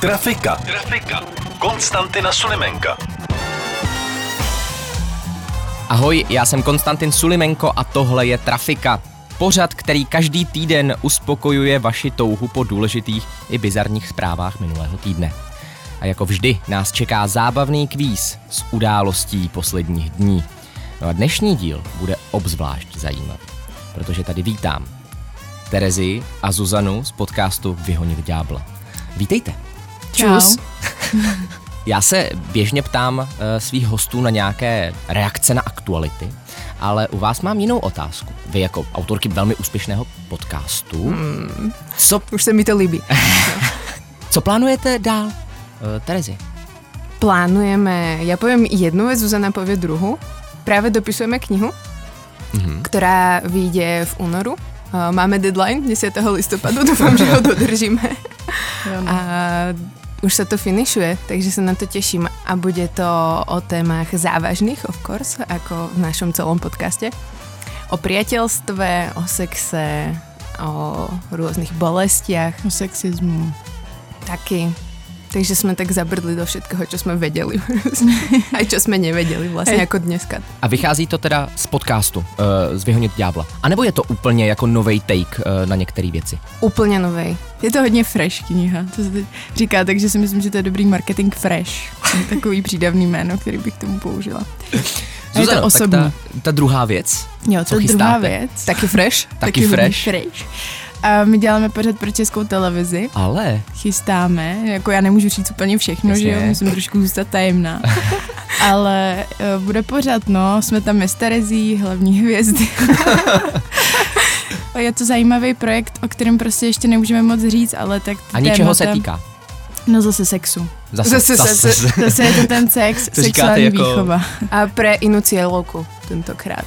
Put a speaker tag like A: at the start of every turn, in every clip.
A: Trafika. Trafika. Konstantina Sulimenka.
B: Ahoj, já jsem Konstantin Sulimenko a tohle je Trafika. Pořad, který každý týden uspokojuje vaši touhu po důležitých i bizarních zprávách minulého týdne. A jako vždy nás čeká zábavný kvíz s událostí posledních dní. No a dnešní díl bude obzvlášť zajímavý, protože tady vítám Terezi a Zuzanu z podcastu Vyhonit ďábla. Vítejte.
C: Čus.
B: Já se běžně ptám uh, svých hostů na nějaké reakce na aktuality, ale u vás mám jinou otázku. Vy jako autorky velmi úspěšného podcastu,
D: Hmm.
B: co,
C: Už se mi to líbí.
B: co plánujete dál? Uh, Terezi.
C: Plánujeme, já povím jednu věc, Zuzana pově druhou. Právě dopisujeme knihu,
D: Mhm.
C: mm-hmm. která vyjde v únoru. Eh, Máme deadline 10. listopadu, doufám, že ho dodržíme. A už se to finišuje, takže se na to těším. A bude to o témach závažných, of course, jako v našom celom podcaste. O priateľstve, o sexe, o různých bolestiach.
D: O sexismu.
C: Taky. Takže jsme tak zabrdli do všetkého, čo jsme věděli. A čo jsme nevěděli vlastně, jako dneska.
B: A vychází to teda z podcastu, uh, z Vyhonit ďábla. A nebo je to úplně jako nový take uh, na některé věci?
C: Úplně novej.
D: Je to hodně fresh kniha, to se teď říká, takže si myslím, že to je dobrý marketing fresh. To je Takový přídavný jméno, který bych k tomu použila. A je to osobní.
B: tak ta, ta druhá věc,
D: Jo,
B: co
D: to je druhá
B: chystáte?
D: věc.
C: Taky fresh.
B: taky,
D: hodně
B: fresh,
D: fresh. A my děláme pořád pro českou televizi.
B: ale
D: chystáme, jako já nemůžu říct úplně všechno,
B: Jasně.
D: Jasně. že jo, musím trošku zůstat tajemná. Ale eh, bude pořád, no, jsme tam s Terezí, hlavní hvězdy. Je to zajímavý projekt, o kterém prostě ještě nemůžeme moc říct, ale tak
B: a ničeho se
D: témata-
B: týká.
D: No zase sexu.
C: Zase- zase-
D: Zase je to ten sex,
B: To říkáte
D: sexuální
B: jako-
D: jako... výchova.
C: A pre inú cieľovku tentokrát.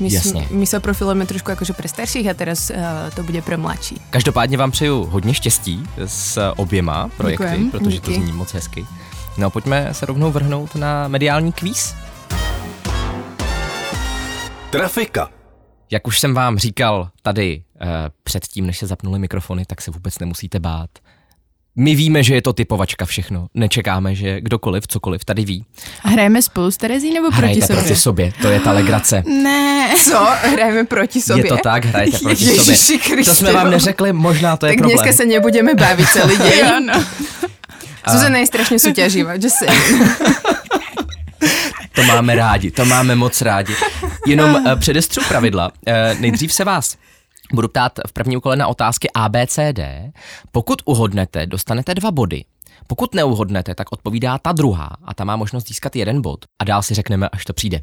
C: My, s-
B: Jasně.
C: my se profilujeme trošku jakože pre starších a teraz uh, to bude pre mladší.
B: Každopádně vám přeju hodně štěstí s oběma projekty,
D: Děkujem,
B: protože to
C: díky.
B: zní moc hezky. No a pojďme se rovnou vrhnout na mediální kvíz.
A: Trafika.
B: Jak už jsem vám říkal tady eh, předtím, než se zapnuly mikrofony, tak se vůbec nemusíte bát. My víme, že je to typovačka všechno. Nečekáme, že kdokoliv, cokoliv tady ví.
D: A hrajeme spolu s Terezí nebo proti
B: Hrajete
D: sobě?
B: proti sobě, to je ta legrace.
D: Ne.
C: Co? Hrajeme proti sobě?
B: Je to tak, hrajete proti
C: Ježiši
B: sobě.
C: Kriste,
B: To jsme vám
C: no.
B: neřekli, možná to je
C: tak
B: problém.
C: dneska se nebudeme bavit celý
D: Jo,
C: den.
D: no.
C: Zuzana je strašně soutěživá, že se.
B: To máme rádi, to máme moc rádi. Jenom eh, předestřu pravidla. Eh, Nejdřív se vás budu ptát v prvním kole na otázky ABCD. Pokud uhodnete, dostanete dva body. Pokud neuhodnete, tak odpovídá ta druhá a ta má možnost získat jeden bod. A dál si řekneme, až to přijde.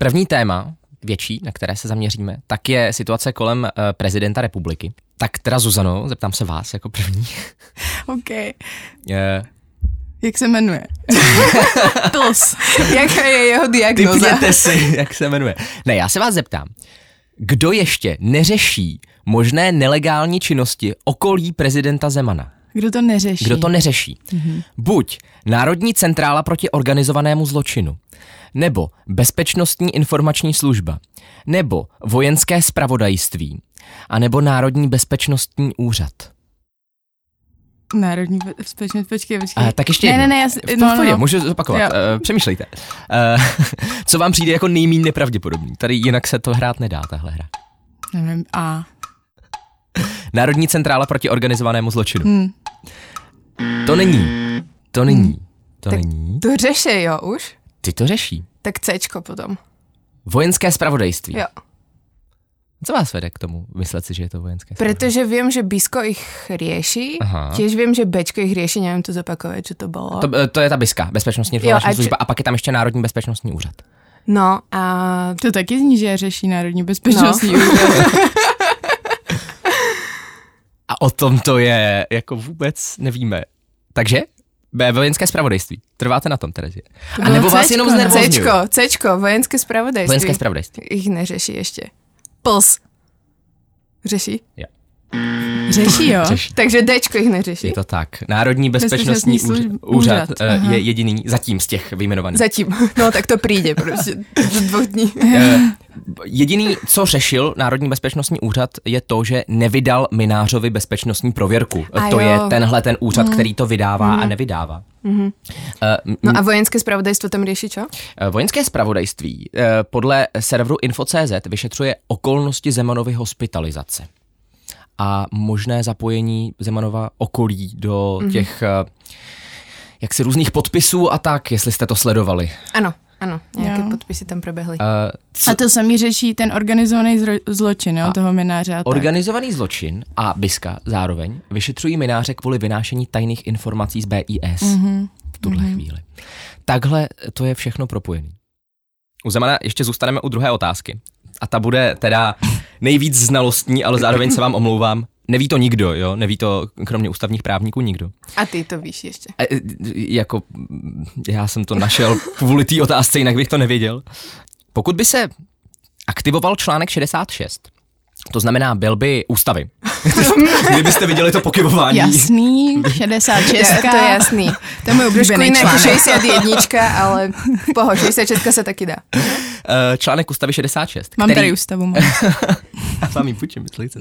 B: První téma, větší, na které se zaměříme, tak je situace kolem eh, prezidenta republiky. Tak teda Zuzano, zeptám se vás jako první.
D: OK.
B: Eh,
D: Jak se jmenuje?
C: Plus. Jaká je jeho diagnoza?
B: Typněte si, jak se jmenuje. Ne, já se vás zeptám. Kdo ještě neřeší možné nelegální činnosti okolí prezidenta Zemana?
D: Kdo to neřeší?
B: Kdo to neřeší? Buď Národní centrála proti organizovanému zločinu, nebo Bezpečnostní informační služba, nebo Vojenské spravodajství, a nebo Národní bezpečnostní úřad.
D: Národní bezpečnost, počkej, počkej.
B: A, tak ještě
D: ne,
B: jednou.
D: ne, ne, já, si-
B: V
D: no,
B: pohodě,
D: no.
B: můžu zopakovat.
D: Jo.
B: Eh, Přemýšlejte. Eh, Co vám přijde jako nejméně nepravděpodobný? Tady jinak se to hrát nedá, tahle hra.
D: Nevím, a.
B: Národní centrála proti organizovanému zločinu.
D: Hm.
B: To není. To není. To
C: Tak-
B: není.
C: To řeše, jo, už?
B: Ty to řeší.
C: Tak Cčko potom.
B: Vojenské spravodajství.
C: Jo.
B: Co vás vede k tomu myslet si, že je to vojenské spravodajství?
C: Protože vím, že Bisko ich rieši,
B: Aha.
C: tiež vím, že Bčko ich rieši, nevím to zopakovat, že to bylo.
B: To, eh, to je ta BISKA, Bezpečnostní
C: Jo,
B: informační
C: a či-
B: služba, a pak je tam ještě Národní bezpečnostní úřad.
C: No a
D: To taky zní, že řeší Národní bezpečnostní no.
B: A o tom to je, jako vůbec nevíme. Takže B, vojenské spravodajství. Trváte na tom, Terezie?
D: To
B: A
D: bylo
B: nebo vás
D: Cčko,
B: jenom
D: ne?
B: znervozňuju?
C: Cčko, Cčko, vojenské spravodajství.
B: Vojenské spravodajství.
C: Jich neřeší ještě. Pls. Řeší?
D: Řeší, jo?
B: Řeší.
C: Takže Dčko jich neřeší.
B: Je to tak. Národní bezpečnostní,
D: Bezpečnostní
B: úřad,
D: služ-
B: úřad
D: úřad,
B: eh,
D: aha.
B: je jediný zatím z těch vyjmenovaných.
C: Zatím. No tak to přijde prostě do dvou dní.
B: Eh, Jediný, co řešil Národní bezpečnostní úřad, je to, že nevydal minářovi bezpečnostní prověrku.
C: A
B: to
C: jo. Mm-hmm.
B: je tenhle ten úřad, který to vydává a nevydává. Eh, m-
C: No a vojenské spravodajstvo tam řeší čo?
B: Eh, Vojenské spravodajství eh, podle serveru Info.cz vyšetřuje okolnosti Zemanovy hospitalizace a možné zapojení Zemanova okolí do
C: Mm-hmm.
B: těch eh, jaksi různých podpisů a tak, jestli jste to sledovali.
C: Ano, ano. Nějaké
D: Jo.
C: podpisy tam proběhly.
B: Eh, Co,
D: A to samý řeší ten organizovaný zro- zločin, jo, toho mináře a tak.
B: organizovaný zločin a Biska zároveň vyšetřují mináře kvůli vynášení tajných informací z BIS v tuhle chvíli. Takhle to je všechno propojené. U Zemana ještě zůstaneme u druhé otázky. A ta bude teda nejvíc znalostní, ale zároveň se vám omlouvám. Neví to nikdo, jo? Neví to kromě ústavních právníků nikdo.
C: A ty to víš ještě.
B: E, e, jako, mm, já jsem to našel kvůli té otázce, jinak bych to nevěděl. Pokud by se aktivoval článek 66, to znamená, byl by ústavy. Kdybyste viděli to pokyvování.
D: Jasný, 66.
C: Je, to je jasný.
D: To je můj
C: Trošku
D: oblíbený
C: jiné jako
D: článek.
C: 61, ale v poho, 66 se taky dá.
B: E, článek ústavy 66.
D: Mám
B: který...
D: tady ústavu. Mám.
B: Já vám ji půjčím, myslíte?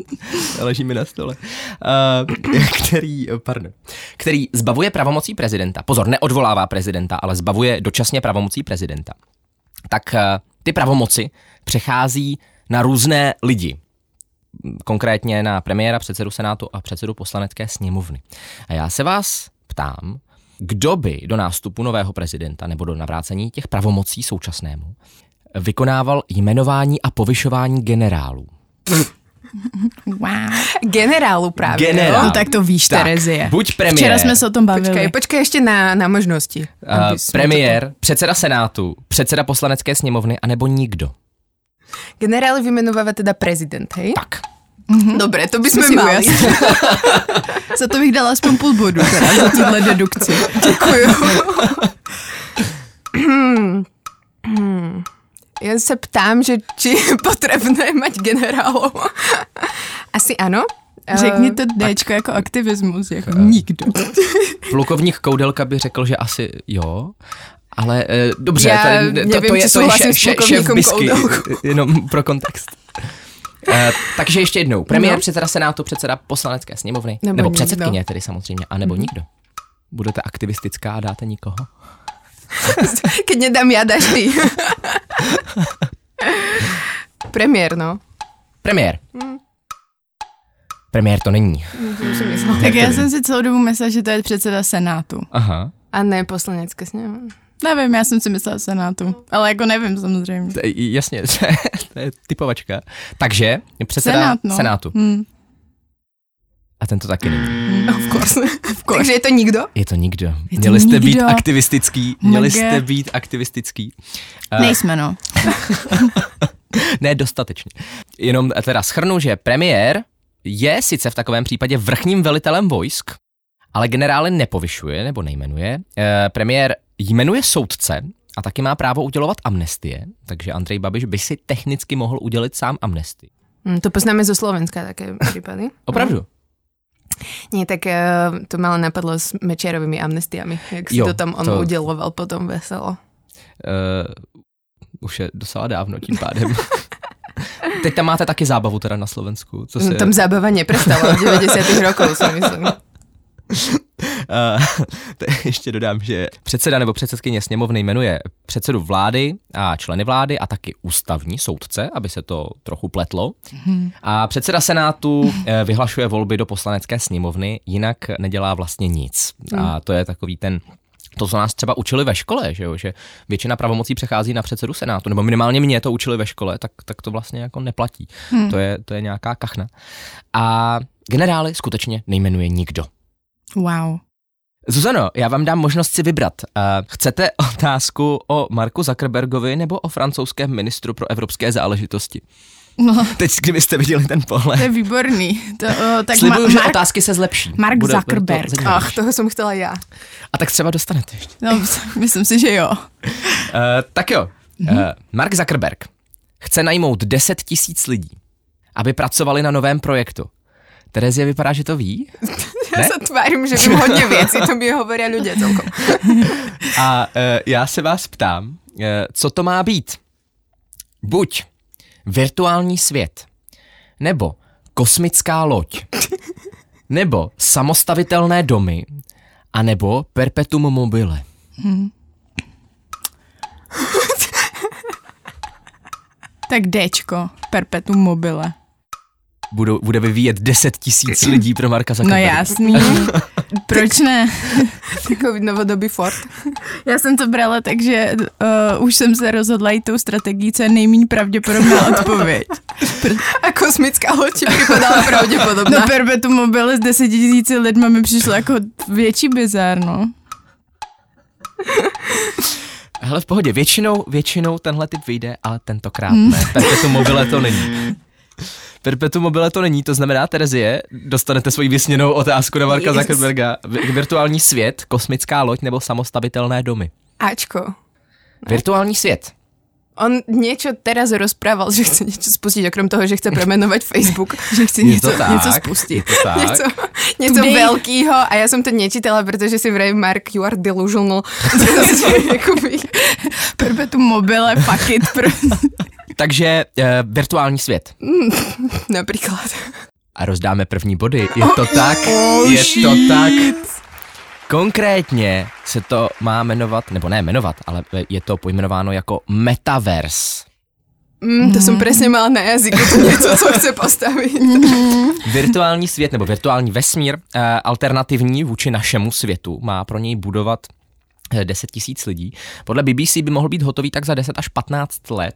B: Leží mi na stole. Uh, který, pardon, který zbavuje pravomocí prezidenta. Pozor, neodvolává prezidenta, ale zbavuje dočasně pravomocí prezidenta. Tak uh, ty pravomoci přechází na různé lidi. Konkrétně na premiéra, předsedu Senátu a předsedu poslanecké sněmovny. A já se vás ptám, kdo by do nástupu nového prezidenta nebo do navrácení těch pravomocí současnému vykonával jmenování a povyšování generálů.
D: Wow.
C: Generálu právě.
B: Generál.
D: No, tak to víš,
B: Tak,
D: Terezie.
B: buď premiér.
D: Včera jsme se o tom bavili.
C: Počkej, počkej ještě na, na možnosti.
B: Uh,
C: aby jsme
B: premiér, předseda senátu, předseda poslanecké sněmovny, anebo nikdo.
C: to- Generály vymenovává teda prezident, hej?
B: Tak.
C: Dobré, to bychom
D: si
C: mali.
D: ujasnili. Za to bych dala aspoň půl bodu teda, za tuhle dedukci.
C: Děkuju. Hm. Já se ptám, že či je potřebné mať generálov. Asi ano.
D: Řekni
C: Eh,
D: to Dčko jako aktivismus, jako nikdo.
B: Plukovník Koudelka by řekl, že asi jo, ale eh, dobře,
C: Já
B: ten, to,
C: nevím,
B: to je,
C: či
B: to je
C: souhlasím s
B: šéf
C: plukovníkem
B: bisky, eh,
C: Koudelkou.
B: jenom pro kontext. Eh, takže ještě jednou, premiér,
C: No.
B: předseda senátu, předseda poslanecké sněmovny,
C: Nebo
B: nebo,
C: nikdo. Mhm.
B: předsedkyně tedy samozřejmě, anebo nikdo. Budete aktivistická a dáte nikoho?
C: Eh, Keď nedám já, dáš ty. Premiér, no.
B: Premiér.
C: Mhm.
B: Premiér to není.
D: Tak já jsem si celou dobu myslela, že to je předseda Senátu.
B: Aha.
C: A ne poslanecké sněmovny.
D: Nevím, já jsem si myslela Senátu, ale jako nevím samozřejmě.
B: To je- Jasně, to je, to je typovačka. Takže předseda
D: Senát, no.
B: Senátu.
D: Hmm.
B: A ten to taky není.
C: Of course. Of course. Takže je to nikdo?
B: Je to nikdo.
D: to
B: měli jste být
D: nikdo. Oh
B: aktivistický. Měli
D: Mega.
B: jste být aktivistický. Eh,
D: Nejsme, no.
B: ne, dostatečně. Jenom eh, teda schrnu, že premiér je sice v takovém případě vrchním velitelem vojsk, ale generály nepovyšuje nebo nejmenuje. Eh, Premiér jmenuje soudce a taky má právo udělovat amnestie, takže Andrej Babiš by si technicky mohl udělit sám amnestii.
C: Hm, To poznáme ze Slovenska také případy.
B: Opravdu.
C: Ne, tak eh, to mě napadlo s Mečerovými amnestiami, jak si
B: Jo,
C: to tam on
B: to-
C: uděloval potom veselo.
B: Uh, už je docela dávno tím pádem. Teď tam máte taky zábavu teda na Slovensku. Co se...
C: No, tam zábava neprestala od 90. rokov, si myslím.
B: Eh, to ještě dodám, že předseda nebo předsedkyně sněmovny jmenuje předsedu vlády a členy vlády a taky ústavní soudce, aby se to trochu pletlo. A předseda senátu eh, vyhlašuje volby do poslanecké sněmovny, jinak nedělá vlastně nic. A to je takový ten to, co nás třeba učili ve škole, že, jo? že většina pravomocí přechází na předsedu Senátu, nebo minimálně mě to učili ve škole, tak, tak to vlastně jako neplatí. Hmm. To, je, to je nějaká kachna. A generály skutečně nejmenuje nikdo.
D: Wow.
B: Zuzano, já vám dám možnost si vybrat. Uh, chcete otázku o Marku Zuckerbergovi nebo o francouzském ministru pro evropské záležitosti?
D: No,
B: Teď, kdybyste viděli ten pohled.
D: to je výborný. To, o, tak
B: Slibuju,
D: Ma-
B: že
D: Mark,
B: otázky se zlepší. Bude-
D: Mark
B: bude to
D: Zuckerberg.
B: zajímavé.
C: Ach, toho jsem chtěla já.
B: A tak třeba dostanete ještě.
D: no, myslím si, že jo.
B: Uh, tak jo. Mm-hmm.
D: Mhm.
B: Uh, Mark Zuckerberg chce najmout 10 tisíc lidí, aby pracovali na novém projektu. Terezie vypadá, že to ví.
C: Já
B: Ne?
C: se tvářím, že vím hodně věcí, to mi hovorí lidé celkom.
B: A uh, já se vás ptám, uh, co to má být? Buď virtuální svět, nebo kosmická loď, nebo samostavitelné domy, a nebo perpetuum mobile.
D: Tak Dčko, perpetuum mobile.
B: Budou, bude vyvíjet 10 tisíc lidí pro Marka
D: No
B: Zuckerberga.
D: jasný. Proč ne?
C: Takový novodobý Ford.
D: Já jsem to brala, takže uh, už jsem se rozhodla i tou strategií, co je nejméně pravděpodobná odpověď.
C: A kosmická loď ti připadala pravděpodobná.
D: No perpetuum mobile s deseti tisíci lidma mi přišlo jako větší bizár, no.
B: Hele, v pohodě, většinou, většinou tenhle typ vyjde, ale tentokrát
C: Hmm.
B: ne. Perpetuum mobile to není. Perpetuum mobile to není, to znamená, Terezie, dostanete svoji vysněnou otázku na Marka
C: Yes.
B: Zuckerberga. Vi- Virtuální svět, kosmická loď nebo samostavitelné domy?
C: Ačko.
B: Virtuální svět.
C: On niečo teraz rozprával, že chce niečo spustiť, okrem toho, že chce premenovať Facebook. že chce
B: Je to tak,
C: něco spustit.
B: je to tak.
C: Něco, něco
D: Today-
C: velkého a já jsem to nečítala, protože si vraj Mark, you are delusional. Jakoby,
D: Perpetuum mobile, fuck it, prostě.
B: Takže eh, virtuální svět.
C: napríklad.
B: A rozdáme první body. Je
C: Oh,
B: to tak, je to tak. Konkrétně se to má jmenovat, nebo ne jmenovat, ale je to pojmenováno jako metaverse.
C: Mm, Mm. to jsem přesně mala na jazyku, to něco, co chce postavit.
B: Virtuální svět nebo virtuální vesmír, eh, alternativní vůči našemu světu, má pro něj budovat eh, 10 tisíc lidí. Podle BBC by mohl být hotový tak za 10 až 15 let.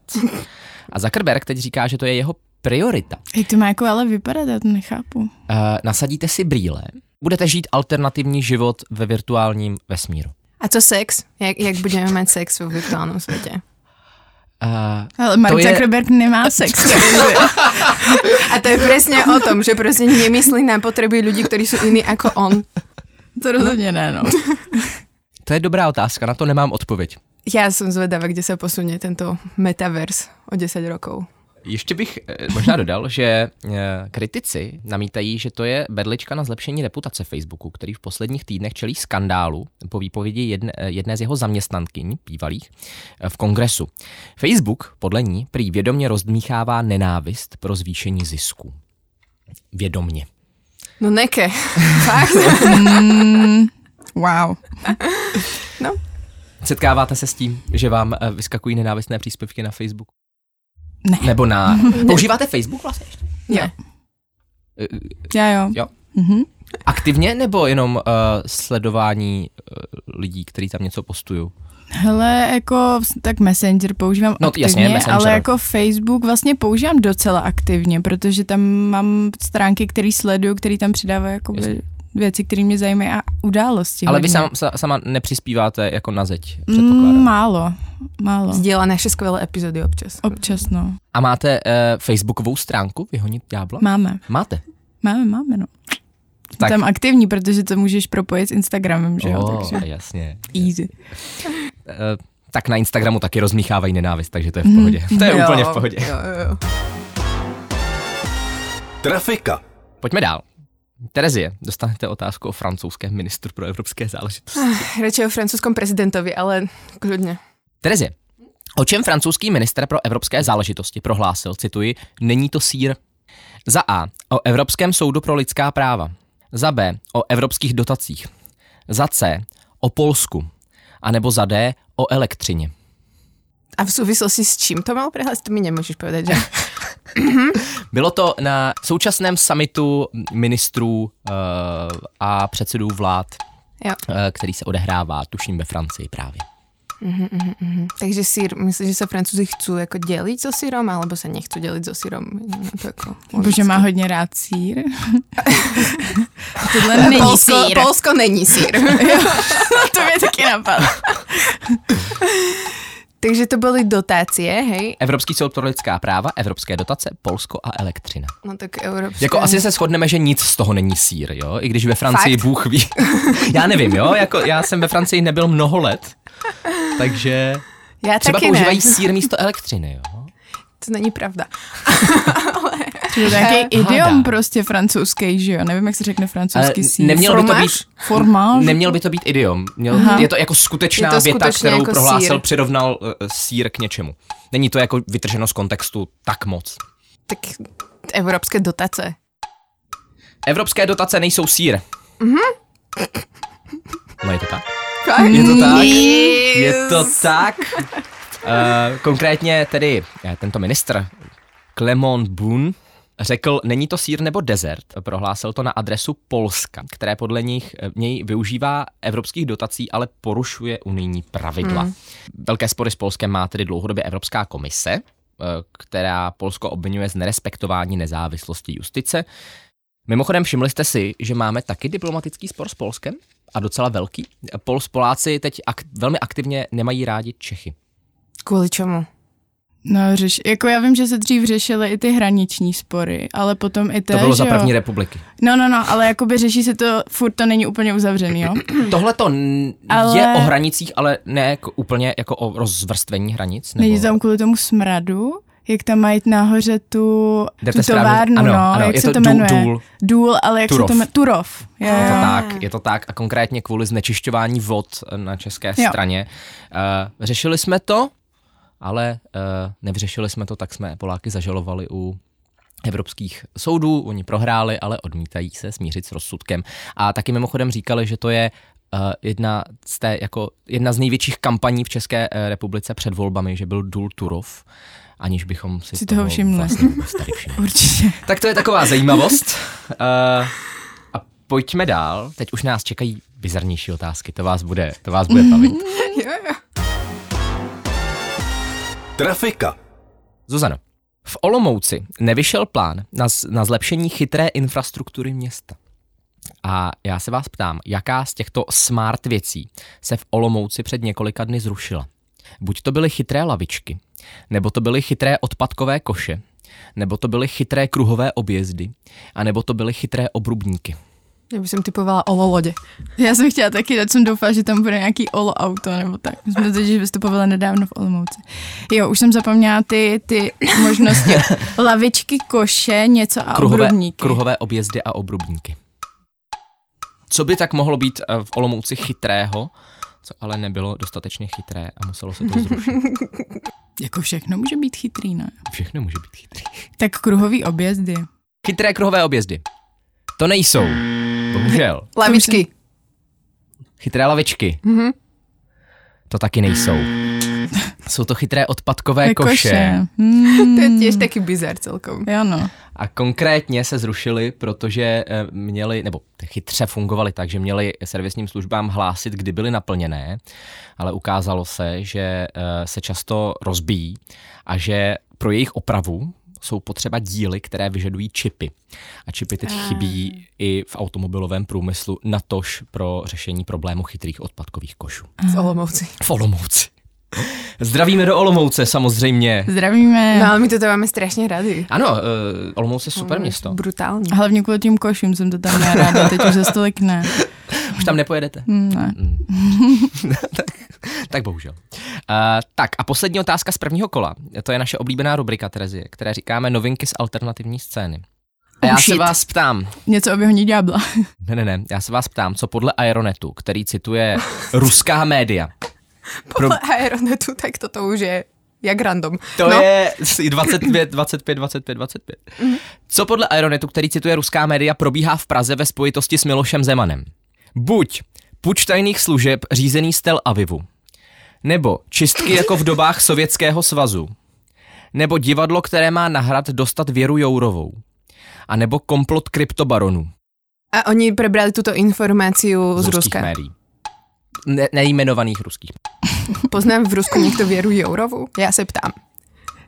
B: A Zuckerberg teď říká, že to je jeho priorita.
D: Jak to má jako ale vypadat, já to nechápu.
B: Eh, Nasadíte si brýle, budete žít alternativní život ve virtuálním vesmíru.
C: A co sex? Jak, jak budeme mít sex v virtuálnom světě?
B: Eh,
D: Ale Mark
B: To je-
D: Zuckerberg nemá sex. takže-
C: A to je přesně o tom, že prostě nemyslí na potřeby lidí, kteří jsou jiní jako on.
D: to rozhodně ne, no.
B: To je dobrá otázka, na to nemám odpověď.
C: Já jsem zvedavá, kde se posune tento metavers o 10 rokov.
B: Ještě bych eh, možná dodal, že eh, kritici namítají, že to je berlička na zlepšení reputace Facebooku, který v posledních týdnech čelí skandálu po výpovědi jedne, eh, jedné z jeho zaměstnankyň, bývalých, eh, v kongresu. Facebook podle ní prý vědomě rozdmíchává nenávist pro zvýšení zisku. Vědomně.
C: No neke, fakt.
D: Mm, Wow.
B: Setkáváte se s tím, že vám eh, vyskakují nenávistné příspěvky na Facebooku?
D: Ne.
B: Nebo na... Používáte Facebook vlastně ještě?
C: Jo.
B: Eh,
D: Já jo.
B: Jo.
D: Mhm.
B: Aktivně nebo jenom uh, sledování uh, lidí, kteří tam něco postují?
D: Hele, jako s- tak Messenger používám
B: No,
D: aktivně,
B: jasně, Messenger.
D: ale jako Facebook vlastně používám docela aktivně, protože tam mám stránky, které sleduju, které tam přidávají jako
B: Jasně.
D: věci, které mě zajímají a události.
B: Ale vy
D: hodně.
B: sam, sa, sama nepřispíváte jako na zeď, předpokládám.
D: Mm, málo, málo.
C: Sdělá naše skvělé epizody občas.
D: Občas, no.
B: A máte uh, Facebookovou stránku Vyhonit ďábla?
D: Máme,
B: Máte.
D: máme, máme, no.
B: Tak.
D: Tak. Tam aktivní, protože to můžeš propojit s Instagramem, že jo?
B: oh,
D: takže
B: jasně.
D: easy.
B: Uh, tak na Instagramu taky rozmíchávají nenávist, takže to
D: Mm.
B: je v pohodě. to je úplně v pohodě.
C: Jo, jo, jo.
A: Trafika.
B: Pojďme dál. Terezie, dostanete otázku o francouzském ministru pro evropské záležitosti.
C: Radši o francouzskom prezidentovi, ale klidně.
B: Terezie, o čem francouzský minister pro evropské záležitosti prohlásil, cituji, není to sír? Za A. O Evropském soudu pro lidská práva. Za B. O evropských dotacích. Za C. O Polsku. A nebo za D. O elektřině.
C: A v souvislosti s čím to mal prehlásit, to mi nemůžeš povedať, že?
B: Bylo to na současném summitu ministrů eh, a předsedů vlád,
C: Jo.
B: eh, který se odehrává, tuším, ve Francii právě.
C: Takže sír, myslíš, že se francouzi chcú jako dělit so sírom, alebo se nechcú dělit so sírom? Nevím, to jako
D: Bože, má hodně rád sír. Tohle není
C: Polsko,
D: sír.
C: Polsko není sír.
D: to mě taky napadlo.
C: Ty, Takže to byly dotácie, hej?
B: Evropský soud pro lidská práva, evropské dotace, Polsko a elektřina.
C: No tak evropské.
B: Jako asi se shodneme, že nic z toho není sír, jo? I když ve Francii
C: Fakt?
B: Bůh ví. já nevím, jo? Jako, já jsem ve Francii nebyl mnoho let, takže
C: Já
B: třeba
C: taky
B: používají
C: ne.
B: sír místo elektřiny, jo?
C: To není pravda.
D: To je nějaký
B: Hádám.
D: idiom prostě francouzský, že jo? Nevím, jak se řekne francouzský
B: Ale
D: sír.
B: nemělo by to
D: Formáž?
B: být-
D: Formál?
B: Neměl by to být idiom. Měl,
D: Aha.
B: je to jako skutečná
C: No, Je to
B: věta,
C: skutečně
B: kterou
C: jako
B: prohlásil,
C: sír.
B: přirovnal uh, sír k něčemu. Není to jako vytrženo z kontextu tak moc.
C: Tak evropské dotace.
B: Evropské dotace nejsou sír. Mm-hmm. No je to tak?
C: Fakt?
B: Je to tak?
C: Yes.
B: Je to tak? Uh, konkrétně tedy eh, tento ministr Clement Boone řekl, není to sír nebo desert, prohlásil to na adresu Polska, které podle nich, eh, něj využívá evropských dotací, ale porušuje unijní pravidla. Hmm. Velké spory s Polskem má tedy dlouhodobě Evropská komise, eh, která Polsko obvinuje z nerespektování nezávislosti justice. Mimochodem, všimli jste si, že máme taky diplomatický spor s Polskem? A docela velký. Pol, Poláci teď ak- velmi aktivně nemají rádi Čechy.
C: Kvůli čemu?
D: No, řeš, jako já vím, že se dřív řešily i ty hraniční spory, ale potom i
B: To bylo
D: že
B: za
D: jo?
B: první republiky.
D: No, no, no, ale jakoby řeší se to, furt to není úplně uzavřený, jo?
B: Tohle to n- ale...
D: Ale-
B: je o hranicích, ale ne k- úplně jako o rozvrstvení hranic. Nebo...
D: Není tam kvůli tomu smradu, jak tam mají nahoře tu, tu
B: Jdete správně-
D: továrnu,
B: ano,
D: no,
B: ano,
D: jak
B: je
D: se
B: to
D: to
B: Dů-
D: jmenuje?
B: Důl.
D: Důl, ale jak
B: Turov.
D: se to jmenuje? Turov. Je,
B: Je to
D: jo.
B: tak, je to tak a konkrétně kvůli znečišťování vod na české
D: Jo.
B: straně. Uh, řešili jsme to, ale uh, nevyřešili jsme to, tak jsme Poláky zažalovali u evropských soudů, oni prohráli, ale odmítají se smířit s rozsudkem. A taky mimochodem říkali, že to je eh, jedna z, té, jako, jedna z největších kampaní v České eh, republice před volbami, že byl Důl Turov, aniž bychom si,
D: Si toho všimli.
B: Vlastně vůbec tady všimli.
D: Určitě.
B: Tak to je taková zajímavost. Uh, a pojďme dál. Teď už nás čekají bizarnější otázky. To vás bude, to vás bude bavit.
A: Trafika.
B: Zuzano, v Olomouci nevyšel plán na, z- na zlepšení chytré infrastruktury města. A já se vás ptám, jaká z těchto smart věcí se v Olomouci před několika dny zrušila? Buď to byly chytré lavičky, nebo to byly chytré odpadkové koše, nebo to byly chytré kruhové objezdy, a nebo to byly chytré obrubníky.
C: Já bych jsem typovala o lodě.
D: Já jsem chtěla taky, já jsem doufala, že tam bude nějaký olo auto nebo tak. My jsme totiž vystupovali nedávno v Olomouci. Jo, už jsem zapomněla ty, ty možnosti. Lavičky, koše, něco a
B: kruhové,
D: obrubníky.
B: kruhové objezdy a obrubníky. Co by tak mohlo být eh, v Olomouci chytrého, co ale nebylo dostatečně chytré a muselo se to zrušit.
D: Jako všechno může být chytrý, ne?
B: Všechno může být chytrý.
D: Tak kruhový objezdy.
B: Chytré kruhové objezdy. To nejsou. Bohužel.
C: Lavičky.
B: Chytré lavičky. Mm-hmm. To taky nejsou. Jsou to chytré odpadkové koše. Jako koše.
D: Hmm.
C: To je těž taky bizar celkom.
D: Jo no.
B: A konkrétně se zrušili, protože eh, měli, nebo ty chytře fungovaly tak, že měli servisním službám hlásit, kdy byly naplněné, ale ukázalo se, že eh, se často rozbíjí a že pro jejich opravu jsou potřeba díly, které vyžadují čipy. A čipy teď chybí i v automobilovém průmyslu, natož pro řešení problému chytrých odpadkových košů.
C: Z Olomouci.
B: V Olomouci. Zdravíme do Olomouce samozřejmě.
D: Zdravíme.
C: No
D: No.
C: ale my toto máme strašně rádi.
B: Ano, eh, Olomouc je super město.
C: Brutální.
D: Hlavně kvůli těm košům jsem to tam měla ráda, teď už za stolik ne.
B: Už tam nepojedete.
D: Hm, ne.
B: Tak bohužel. Uh, tak a poslední otázka z prvního kola. To je naše oblíbená rubrika, Terezie, které říkáme novinky z alternativní scény. A já
D: Oh,
B: se
D: shit.
B: vás ptám,
D: Něco o běhoní ďábla.
B: ne, ne, ne, já se vás ptám, co podle Aeronetu, který cituje ruská média. Pro,
C: Podle Aeronetu, tak toto už je jak random.
B: to
C: no, Mhm.
B: je 25, 25, 25, 25. Co podle Aeronetu, který cituje ruská média, probíhá v Praze ve spojitosti s Milošem Zemanem? Buď puč tajných služeb řízený z Tel Avivu, nebo čistky jako v dobách Sovětského svazu, nebo divadlo, které má nahrad dostat Věru Jourovou, a nebo komplot kryptobaronů
C: A oni prebrali tuto informaci z,
B: z,
C: z
B: ruských
C: Ruska.
B: médií. Ne- nejmenovaných ruských.
C: Poznám v Rusku někdo Věru Jourovu? Já se ptám.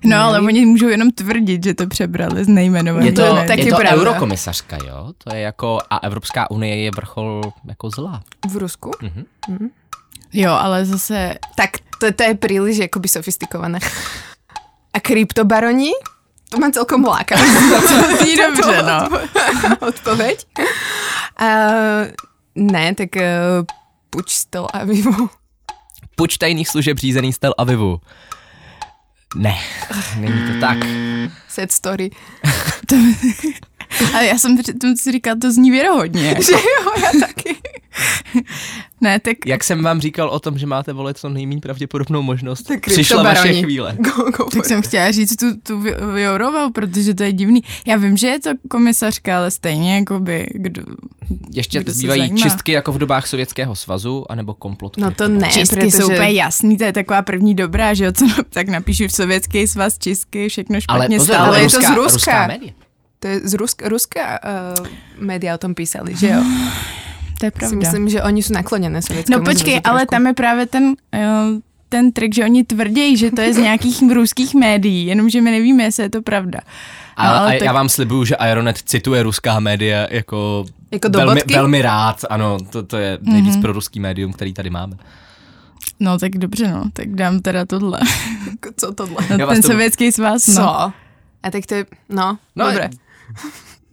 D: No, ale oni můžou jenom tvrdit, že to přebrali z nejmenovaného.
B: Je to,
C: To je
B: je
C: taky
B: to
C: pravda.
B: eurokomisařka, jo? To je jako, a Evropská unie je vrchol jako zla.
C: V Rusku?
D: Jo, ale zase
C: Tak To, to je príliš akoby sofistikované. A kryptobaroni? To má celkom láka.
D: To zní dobře, no.
C: Odpoveď? A, ne, tak uh, puč z Tel Avivu.
B: Puč tajných služeb řízený z Tel Avivu. Ne, není to tak.
C: Set story.
D: Ale já jsem předtím si říkala, to zní věrohodně. jako.
C: Že jo, já taky.
D: Ne, tak
B: Jak jsem vám říkal o tom, že máte volit co nejméně pravděpodobnou možnost,
C: Tak
B: přišla vaše
C: kryptobaroni.
B: chvíle.
C: Go, go
D: Tak jsem chtěla říct tu, tu Vi- Viorovou, protože to je divný. Já vím, že je to komisařka, ale stejně jakoby, kdo...
B: Ještě
D: Kdo se
B: bývají
D: zajímá?
B: čistky jako v dobách Sovětského svazu, anebo komplot.
C: No to ne,
D: Čistky
C: protože...
D: jsou úplně jasný, to je taková první dobrá, že jo, co no, tak napíšu v sovětský svaz čistky, všechno
B: Ale,
D: špatně
B: pozor,
D: stále.
C: ale je to
B: ruská,
C: z Ruska. No,
B: ruská média.
C: To je z Ruska, ruská uh, média o tom písali, že jo?
D: to je
C: Si
D: Ah, pravda.
C: myslím, že oni jsou nakloněné sovětskému
D: No počkej,
C: zväzu
D: ale
C: trošku.
D: tam je právě ten, jo, ten trik, že oni tvrdí, že to je z nějakých ruských médií, jenomže my nevíme, jestli je to pravda.
B: A,
D: No,
B: a
D: ale
B: já vám slibuju, že Ironet cituje ruská média jako,
C: Jako Mhm. do
B: velmi,
C: bodky?
B: velmi rád. Ano, to, to je nejvíc mm-hmm. pro ruský médium, který tady máme.
D: No tak dobře, no, tak dám teda tohle.
C: Co tohle?
D: No,
B: Já vás
D: ten
B: to-
D: sovětský svaz,
C: Co?
D: no.
C: A tak to je, no,
B: No,
C: no dobré.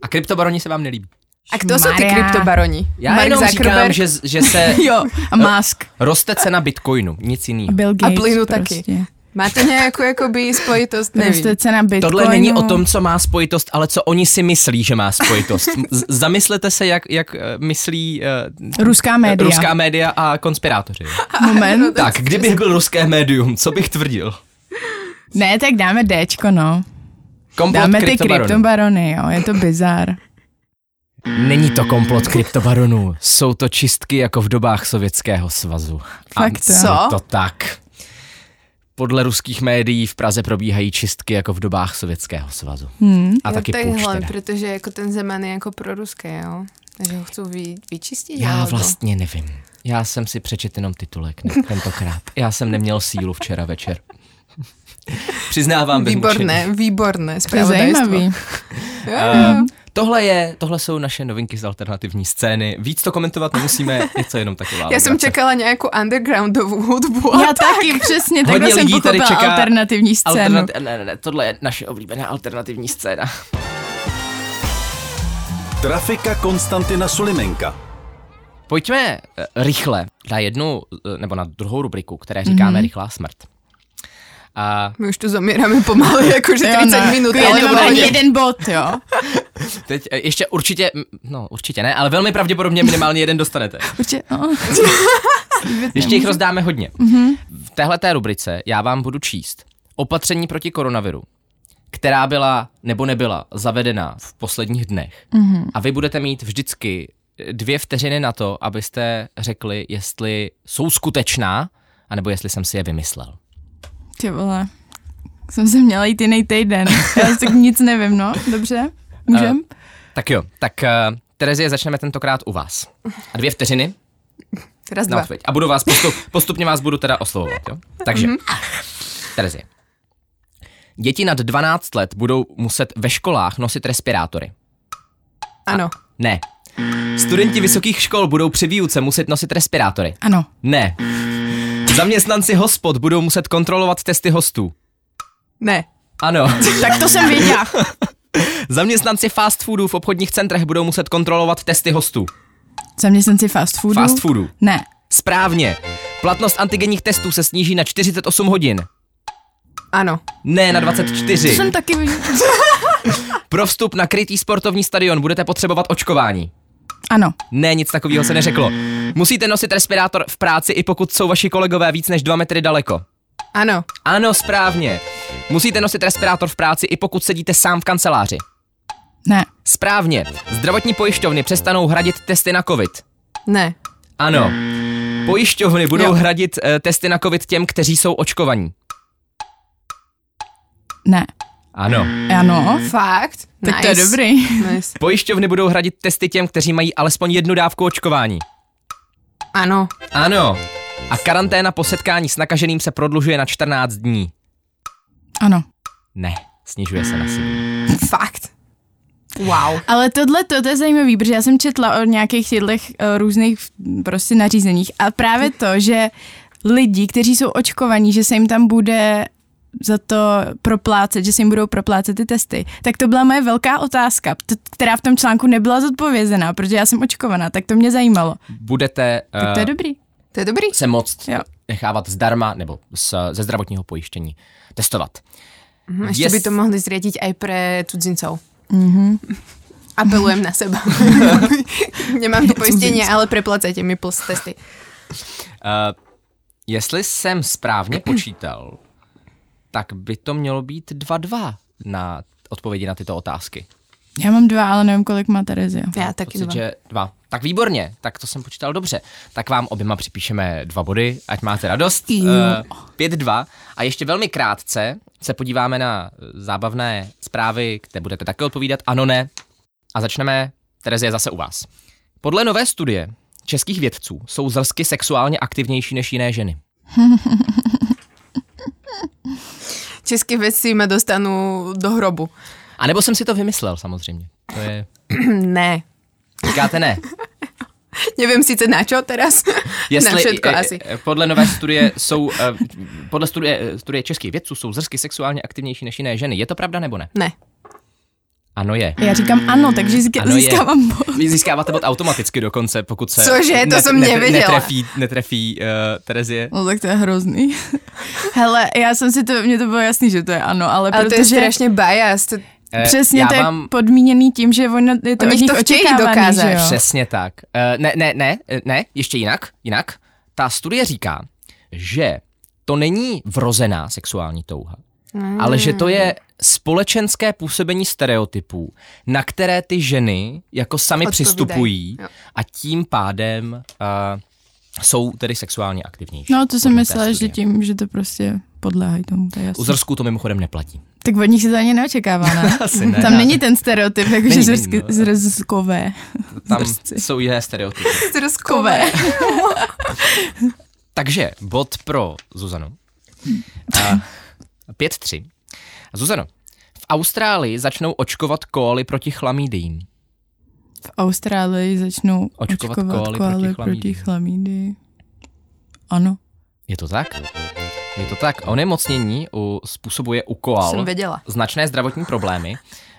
B: A kryptobaroni se vám nelíbí.
C: A kdo jsou ty
D: Maria.
C: kryptobaroni?
B: Já Mark jenom říkám, že, z- že se
D: Jo, a mask.
B: roste cena bitcoinu, nic jiného.
D: Bill Gates
C: plynu
D: prostě.
C: taky. Máte nějakou jakoby spojitost? Nevím.
D: Roste Prostě cena bitcoinu.
B: Tohle není o tom, co má spojitost, ale co oni si myslí, že má spojitost. Z- Zamyslete se, jak, jak eh, myslí eh,
D: Ruská média.
B: ruská média a konspirátoři.
D: Moment.
B: Tak, kdybych byl ruské médium, co bych tvrdil?
D: Ne, tak dáme Dčko, no.
B: Komplot
D: Dáme ty
B: kryptobaronů.
D: kryptobarony, jo. Je to bizár.
B: Není to komplot kryptobaronů, jsou to čistky jako v dobách Sovětského svazu.
D: Fakt, jo.
B: je
C: Co?
B: to tak. Podle ruských médií v Praze probíhají čistky jako v dobách Sovětského svazu. Hmm. A
C: Jo,
B: taky půjč
C: No, takhle,
B: teda.
C: protože jako ten Zeman je jako proruské, jo? Takže ho chcou vy, vyčistit?
B: Já
C: alebo?
B: vlastně nevím. Já jsem si přečet jenom titulek ne, tentokrát. Já jsem neměl sílu včera večer. Přiznávám bez mučení.
C: Výborné, výborné
D: To je
C: spravodajstvo.
D: zajímavý.
B: Eh, tohle, je, tohle jsou naše novinky z alternativní scény. Víc to komentovat nemusíme, je to jenom taková.
C: Já jsem
B: legrace.
C: čekala nějakou undergroundovou hudbu.
D: Já taky, přesně, takhle
B: Hodně
D: jsem
B: lidí tady
D: pochopila
B: čeká
D: alternativní scénu.
B: Alternati- ne, ne, ne, tohle je naše oblíbená alternativní scéna.
A: Trafika Konstantina Sulimenka.
B: Pojďme eh, rychle na jednu, eh, nebo na druhou rubriku, které říkáme
C: Mhm.
B: mm-hmm. rychlá smrt. A
C: My už tu zomíráme pomalu, jakože
D: Jo,
C: 30
D: ne.
C: minut.
D: Já
C: ale
D: nemám
C: dobré.
D: ani jeden bod, jo.
B: teď eh, ještě určitě, mm, no určitě ne, ale velmi pravděpodobně minimálně jeden dostanete.
D: Určitě, no.
B: Ještě jich rozdáme hodně. Mm-hmm. V téhle té rubrice já vám budu číst opatření proti koronaviru, která byla nebo nebyla zavedena v posledních dnech. Mm-hmm. A vy budete mít vždycky dvě vteřiny na to, abyste řekli, jestli jsou skutečná, anebo jestli jsem si je vymyslel.
D: Ty vole. Jsem se měla jít jiný týden. Já tak nic nevím, no. Dobře, můžem?
B: Eh, Tak jo, tak uh, Terezie, začneme tentokrát u vás. A dvě vteřiny
C: Raz,
B: na
C: dva.
B: odpověď. A budu vás postup, postupně vás budu teda oslovovat, jo? Takže,
D: Mhm.
B: Terezie. Děti nad 12 let budou muset ve školách nosit respirátory.
C: Ano.
B: Ne. Studenti vysokých škol budou při výuce muset nosit respirátory.
D: Ano.
B: Ne. Zaměstnanci hospod budou muset kontrolovat testy hostů.
C: Ne.
B: Ano.
D: Tak to jsem věděla.
B: Zaměstnanci fast foodů v obchodních centrech budou muset kontrolovat testy hostů.
D: Zaměstnanci fast foodu?
B: Fast foodu.
D: Ne.
B: Správně. Platnost antigenních testů se sníží na 48 hodin.
C: Ano.
B: Ne, na
D: To
B: 24.
D: jsem taky věděla.
B: Pro vstup na krytý sportovní stadion budete potřebovat očkování.
D: Ano.
B: Ne, nic takového se neřeklo. Musíte nosit respirátor v práci, i pokud jsou vaši kolegové víc než 2 metry daleko.
C: Ano.
B: Ano, správně. Musíte nosit respirátor v práci, i pokud sedíte sám v kanceláři.
D: Ne.
B: Správně. Zdravotní pojišťovny přestanou hradit testy na COVID.
C: Ne.
B: Ano. Pojišťovny budou
D: Jo.
B: hradit eh, testy na COVID těm, kteří jsou očkovaní.
D: Ne.
B: Ano.
D: Ano.
C: Fakt?
D: Tak
C: nice.
D: to je dobrý.
C: Nice.
B: Pojišťovny budou hradit testy těm, kteří mají alespoň jednu dávku očkování.
C: Ano.
B: Ano. A karanténa po setkání s nakaženým se prodlužuje na 14 dní.
D: Ano.
B: Ne, snižuje se na 7.
C: Fakt. Wow.
D: Ale tohle to, to je zajímavý, protože eh, já jsem četla o nějakých těchto různých mm, prostě nařízeních a právě to, že lidí, kteří jsou očkovaní, že se jim tam bude za to proplácet, že se jim budou proplácet ty testy. Tak to byla moje velká otázka, t- která v tom článku nebyla zodpovězená, protože já jsem očkovaná, tak to mě zajímalo.
B: Budete
D: Tak to
B: eh,
D: je dobrý.
C: To je dobrý.
B: se moct
D: Jo.
B: nechávat zdarma nebo z, ze zdravotního pojištění testovat.
C: Mhm, Ešte
B: Yes.
C: by to mohli zriadiť aj pre cudzincov. Mm-hmm.
D: Mhm.
C: Apelujem na seba. Nemám tu poistenie, ale preplacajte mi plus testy.
B: Uh, jestli jsem správně počítal, tak by to mělo být 2-2 na odpovědi na tyto otázky.
D: Já mám dva, ale nevím, kolik má Terezia.
C: Ja taky
B: Pocit,
C: dva.
B: že dva. Tak výborně, tak to jsem počítal dobře. Tak vám oběma připíšeme dva body, ať máte radost. Eh, Pět, dva. A ještě velmi krátce se podíváme na eh, zábavné zprávy, kde budete také odpovídat ano, ne. A začneme, Terezie, zase u vás. Podle nové studie českých vědců jsou zrsky sexuálně aktivnější než jiné ženy.
C: České veci ma dostanú do hrobu.
B: A nebo jsem si to vymyslel samozřejmě. To je,
C: ne.
B: říkáte ne.
C: Neviem síce na čo teraz. na všetko
B: eh,
C: asi.
B: eh, Podle nové studie jsou, eh, podle studie, eh, studie českých vědců jsou zrsky sexuálně aktivnější než jiné ženy. Je to pravda nebo ne?
C: Ne.
B: Ano je.
D: Já říkám ano, takže získ-
B: Ano je.
D: získávám bod.
B: Vy získáváte bod automaticky dokonce, pokud se
C: Cože? To jsem nevěděla.
B: netrefí, netrefí uh, Terezie.
D: No tak to je hrozný. Hele, já jsem si to, mně to bylo jasný, že to je ano, ale,
C: Ale to je
D: protože...
C: strašně bias. To,
B: Eh,
D: Přesně,
B: já
D: to je
B: vám...
D: podmíněný tím, že ono, je to
C: Oni
D: od nich
C: to chtějí
D: očekávaný,
C: dokázat.
D: že jo?
B: Přesně tak. Eh, Ne, ne, ne, eh, ne, ještě jinak, jinak. Ta studie říká, že to není vrozená sexuální touha, ale že to je společenské působení stereotypů, na které ty ženy jako sami
C: Odpovídají,
B: přistupují
C: jo.
B: a tím pádem uh, jsou tedy sexuálně aktivnější.
D: No, to jsem
B: podle té
D: myslela, že
B: studie.
D: tím, že to prostě podléhají tomu, to je
B: U
D: jasný.
B: zrsků to mimochodem neplatí.
D: Tak od nich se to ani neočekává, ne?
B: Asi ne.
D: Tam není ten stereotyp, jako jakože
B: Není,
D: zrsky-
B: no.
D: zrzkové.
B: Tam
D: zrsci.
B: jsou jiné stereotypy.
C: Zrskové.
B: Takže bod pro Zuzanu. A 5-3. Zuzano, v Austrálii začnou očkovat kóly proti chlamídiím.
D: V Austrálii začnou
B: Očkovat
D: očkovat,
B: koaly
D: koaly,
B: proti chlamydii.
D: proti chlamídy. Ano.
B: Je to tak? Je to tak. Onemocnění u, způsobuje u
C: Jsem
B: koal
C: vedela.
B: značné zdravotní problémy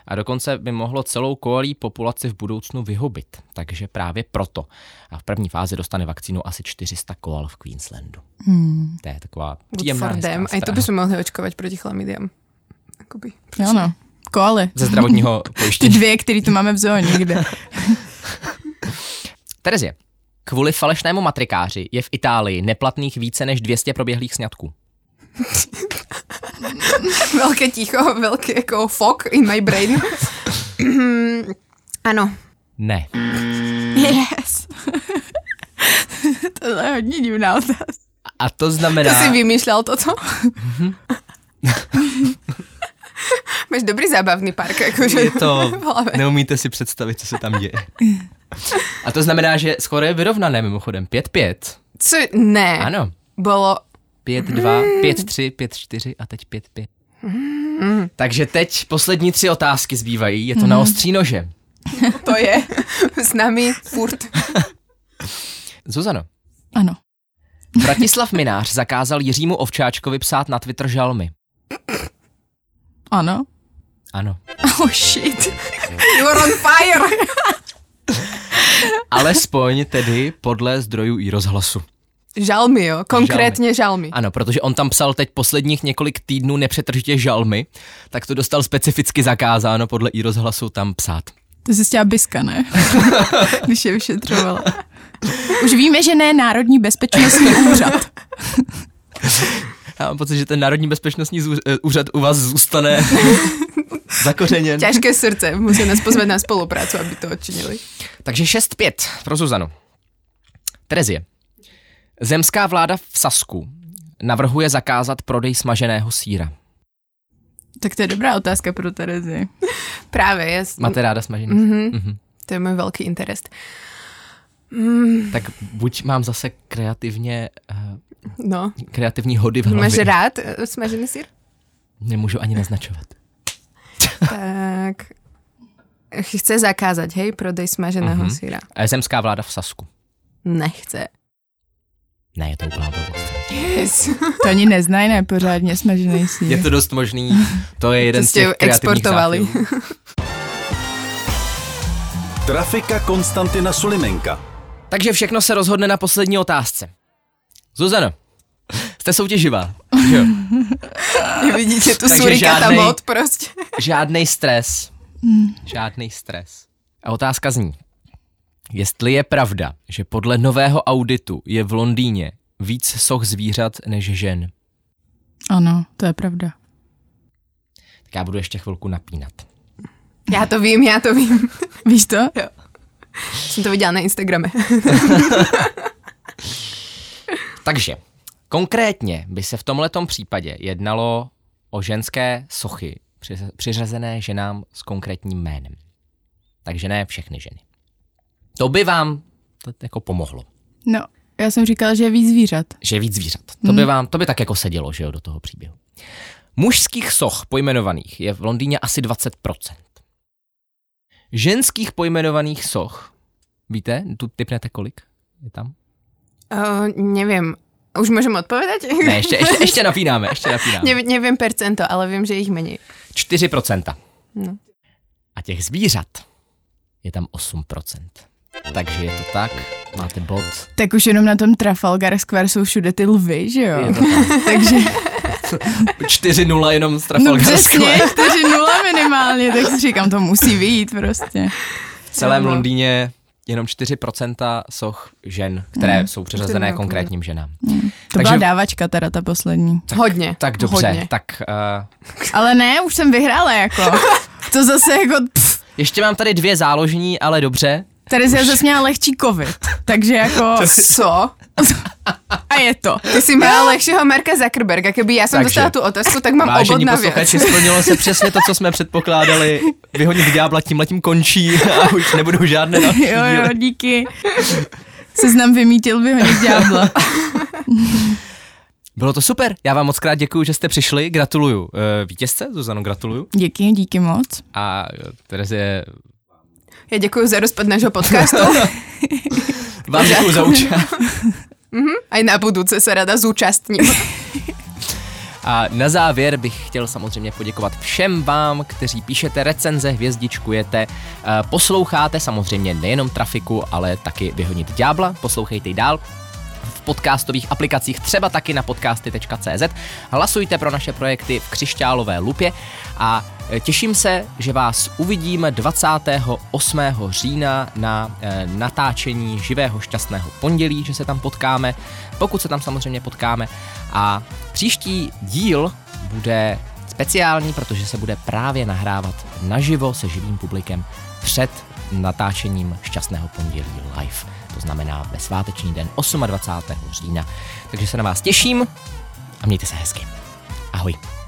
B: a dokonce by mohlo celou koalí populaci v budoucnu vyhubit. Takže právě proto. A v první fázi dostane vakcínu asi 400 koal v Queenslandu.
D: Hmm.
B: To je taková
C: Good
B: příjemná
C: for them.
B: hezká
C: Aj to
B: zpráva.
C: by sme mohli očkovať proti chlamydiam. Akoby.
D: Jo, no. Koaly.
B: Ze zdravotního
D: Ty
B: pojištění.
D: dvě, které tu máme v zóně někde.
B: Terezie, kvůli falešnému matrikáři je v Itálii neplatných více než 200 proběhlých sňatků.
C: Veľké ticho, veľké ako fog in my brain. Mhm. Áno.
B: Ne.
D: Yes. to je hodně divná otázka.
B: A to
C: To
B: znamená...
C: si vymýšľal toto? Máš dobrý zábavný park, akože
B: je to...
C: v hlave.
B: Neumíte si představit, co se tam děje. A to znamená, že skoro je vyrovnané mimochodem. 5-5.
C: Co, ne, ano.
B: Ano.
C: bolo
B: 5-2, 5-3, 5-4 a teď 5-5. Takže teď poslední tři otázky zbývají. Je to
C: Mhm.
B: na ostří nože.
C: to je s nami furt.
B: Zuzano,
D: Ano.
B: Bratislav Minář zakázal Jiřímu Ovčáčkovi psát na Twitter žalmy.
D: Ano.
B: Ano.
D: Oh shit.
C: You're on fire!
B: Alespoň tedy podle zdrojů i rozhlasu.
C: Žalmy, jo, konkrétne žalmy.
B: Ano, protože on tam psal teď posledních několik týdnů nepřetržitě žalmy, tak to dostal specificky zakázáno podle i rozhlasu tam psát.
D: To zjistila Biska, ne? Když je vyšetřovala. Už víme, že ne Národní bezpečnostní úřad.
B: Já mám pocit, že ten Národní bezpečnostní zú- eh, úřad u vás zůstane zakořeněn.
C: Ťažké srdce, musia nás pozvať na spoluprácu, aby to odčinili.
B: Takže 6-5 pro Zuzanu. Terezie. Zemská vláda v Sasku navrhuje zakázat prodej smaženého síra.
D: Tak to je dobrá otázka pro Terezi.
C: Práve, ja,
B: Máte ráda smažený? Mm.
C: to je môj veľký interes.
B: Tak buď mám zase kreativně, eh,
C: No,
B: kreativní hody v hlavě.
C: máš rád e, smažený sír?
B: Nemůžu ani naznačovat.
C: Tak chce zakázať, hej, prodej smaženého
B: Mhm.
C: síra.
B: Eh, Zemská vláda v Sasku.
C: Nechce.
B: Ne, je to úplná blbost.
C: Yes.
D: To ani neznají, ne, pořádně smažený
B: Je
D: sír.
B: to dost možný. To je jeden z
C: jste
B: těch kreativních
C: exportovali.
B: záchylů.
A: Trafika Konstantina Sulimenka.
B: Takže všechno se rozhodne na poslední otázce. Zuzano, jste soutěživá. Jo.
C: Vidíte tu
B: Takže
C: surika tam
B: žádnej-
C: od prostě.
B: Žádný stres. Žádný stres. A otázka zní, jestli je pravda, že podle nového auditu je v Londýně víc soch zvířat než žen.
D: Ano, to je pravda.
B: Tak já budu ještě chvilku napínat.
C: Já to vím, já to vím.
D: Víš to?
C: Jo. Jsem to viděla na Instagrame.
B: Takže, konkrétně by se v tomhletom případě jednalo o ženské sochy přiř- přiřazené ženám s konkrétním jménem. Takže ne všechny ženy. To by vám to jako pomohlo,
D: No, já jsem říkala, že je víc zvířat.
B: že je víc zvířat. To by vám, to by tak jako sedělo, že jo, do toho příběhu. Mužských soch pojmenovaných je v Londýně asi 20%. Ženských pojmenovaných soch, víte, tu typnete kolik je tam?
C: Uh, nevím. Už můžeme odpovědět?
B: Ne, ještě, ještě, ještě napínáme, ještě napínáme.
C: Ne, nevím percento, ale vím, že jich méně.
B: 4%.
C: No.
B: A těch zvířat je tam 8%. Takže je to tak, máte bod.
D: Tak už jenom na tom Trafalgar Square jsou všude ty lvy, že jo?
B: Je to tam.
D: Takže,
B: 4-0 jenom z
D: no
B: Trafalgar
D: přesně,
B: Square.
D: 4-0 minimálně, tak si říkám, to musí vyjít prostě.
B: V celém
C: No.
B: Londýně jenom 4% soch žen, které
C: Mm.
B: jsou přiřazené
C: bylo
B: konkrétním ženám.
D: To
B: Takže-
D: byla dávačka teda ta poslední.
C: Hodně.
B: Tak dobře,
C: Hodně.
B: tak uh,
D: Ale ne, už jsem vyhrála jako. To zase jako, pff,
B: ještě mám tady dvě záložní, ale dobře.
D: Terezia zase měla lehčí covid, takže jako,
C: Co?
D: a je to.
C: Ty jsi měla lehšího Marka Zuckerberga. Kdyby já jsem
B: Takže-
C: Takže. dostala tu otázku, tak mám obod
B: Vážení
C: na věc.
B: posluchači, splnilo se přesně to, co jsme předpokládali. Vyhodit ďábla tím letím končí a už nebudou žádné další
D: Jo, jo,
B: díly.
D: díky. Seznam vymítil by ho ďábla.
B: Bylo to super, já vám moc krát děkuji, že jste přišli, gratuluju eh, vítězce, Zuzano, gratuluju.
D: Díky, díky moc.
B: A eh, Terezie,
C: Já děkuji za rozpad našeho podcastu.
B: vám děkuji za účast.
C: A na budouce se rada zúčastním.
B: A na závěr bych chtěl samozřejmě poděkovat všem vám, kteří píšete recenze, hvězdičkujete, eh, posloucháte samozřejmě nejenom trafiku, ale taky Vyhonit ďábla, poslouchejte i dál v podcastových aplikacích, třeba taky na podcasty.cz. Hlasujte pro naše projekty v křišťálové lupě a eh, těším se, že vás uvidím 28. října na eh, natáčení živého šťastného pondělí, že se tam potkáme, pokud se tam samozřejmě potkáme. A příští díl bude speciální, protože se bude právě nahrávat naživo se živým publikem před natáčením Šťastného pondělí live. To znamená ve sváteční den 28. října. Takže se na vás těším a mějte se hezky. Ahoj.